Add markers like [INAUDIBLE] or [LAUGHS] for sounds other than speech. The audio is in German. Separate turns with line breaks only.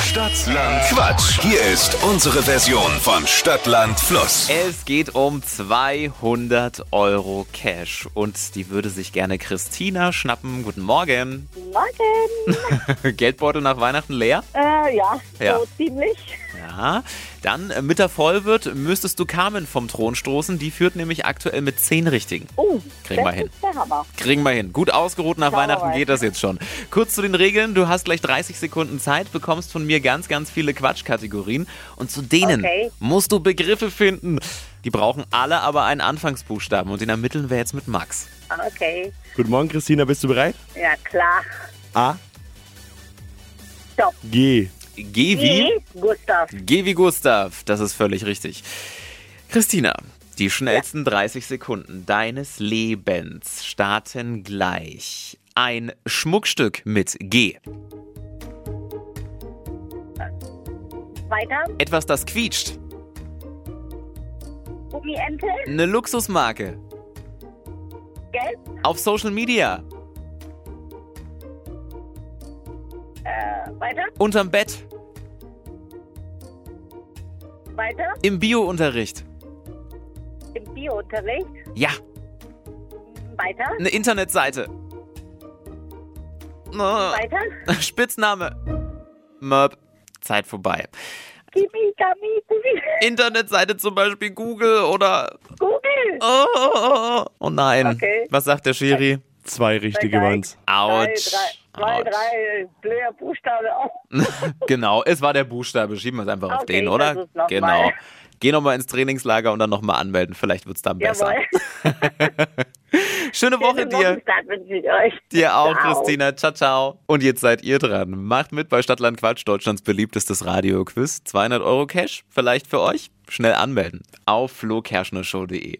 Stadtland Quatsch. Hier ist unsere Version von Stadtland Fluss.
Es geht um 200 Euro Cash und die würde sich gerne Christina schnappen. Guten Morgen. [LAUGHS]
Morgen.
Geldbeutel nach Weihnachten leer?
Äh, ja,
Ja.
so ziemlich.
Ja. Dann, äh, mit der voll wird, müsstest du Carmen vom Thron stoßen. Die führt nämlich aktuell mit 10 Richtigen.
Oh,
Kriegen wir
das
hin.
ist der Hammer.
Kriegen wir hin. Gut ausgeruht nach
Schauen wir
Weihnachten
mal.
geht das jetzt schon. Kurz zu den Regeln. Du hast gleich 30 Sekunden Zeit, bekommst von mir ganz, ganz viele Quatschkategorien. Und zu denen
Okay.
musst du Begriffe finden. Die brauchen alle aber einen Anfangsbuchstaben. Und den ermitteln wir jetzt mit Max.
Okay,
Guten Morgen, Christina, bist du bereit?
ja klar.
A,
Stopp.
G.
Geh wie?
Wie? Gustav.
Geh wie Gustav. Das ist völlig richtig. Christina, die schnellsten 30 Sekunden deines Lebens starten gleich. Ein Schmuckstück mit G.
Weiter.
Etwas, das quietscht.
Gummiente.
Eine Luxusmarke.
Gelb.
Auf Social Media.
Äh, weiter.
Unterm Bett.
Weiter.
Im Bio-Unterricht.
Im Biounterricht.
Ja,
Weiter.
eine Internetseite. Äh,
Weiter.
[LAUGHS] Spitzname. Möb. Zeit vorbei.
Kimi, Kami, Kumi.
Äh, Internetseite zum Beispiel Google oder.
Google.
Oh, oh, oh. oh nein.
Okay.
Was sagt der Schiri?
Zwei richtige
Drei.
waren's.
Drei,
Autsch.
drei, zwei,
Autsch.
drei blöde Buchstabe Oh, auf.
genau, es war der Buchstabe. Schieben wir es einfach auf
Okay,
den,
ich
oder?
versuch's noch
genau.
mal.
Geh nochmal ins Trainingslager und dann nochmal anmelden. Vielleicht wird es dann besser.
Jawohl.
Schöne Woche
[LAUGHS] Schönen
dir.
Wochenstart wünsche ich euch.
Dir auch,
Ciao.
Christina. Ciao, ciao. Und jetzt seid ihr dran. Macht mit bei Stadtland Quatsch, Deutschlands beliebtestes Radioquiz. 200 Euro Cash, vielleicht für euch. Schnell anmelden auf flokerschnershow.de.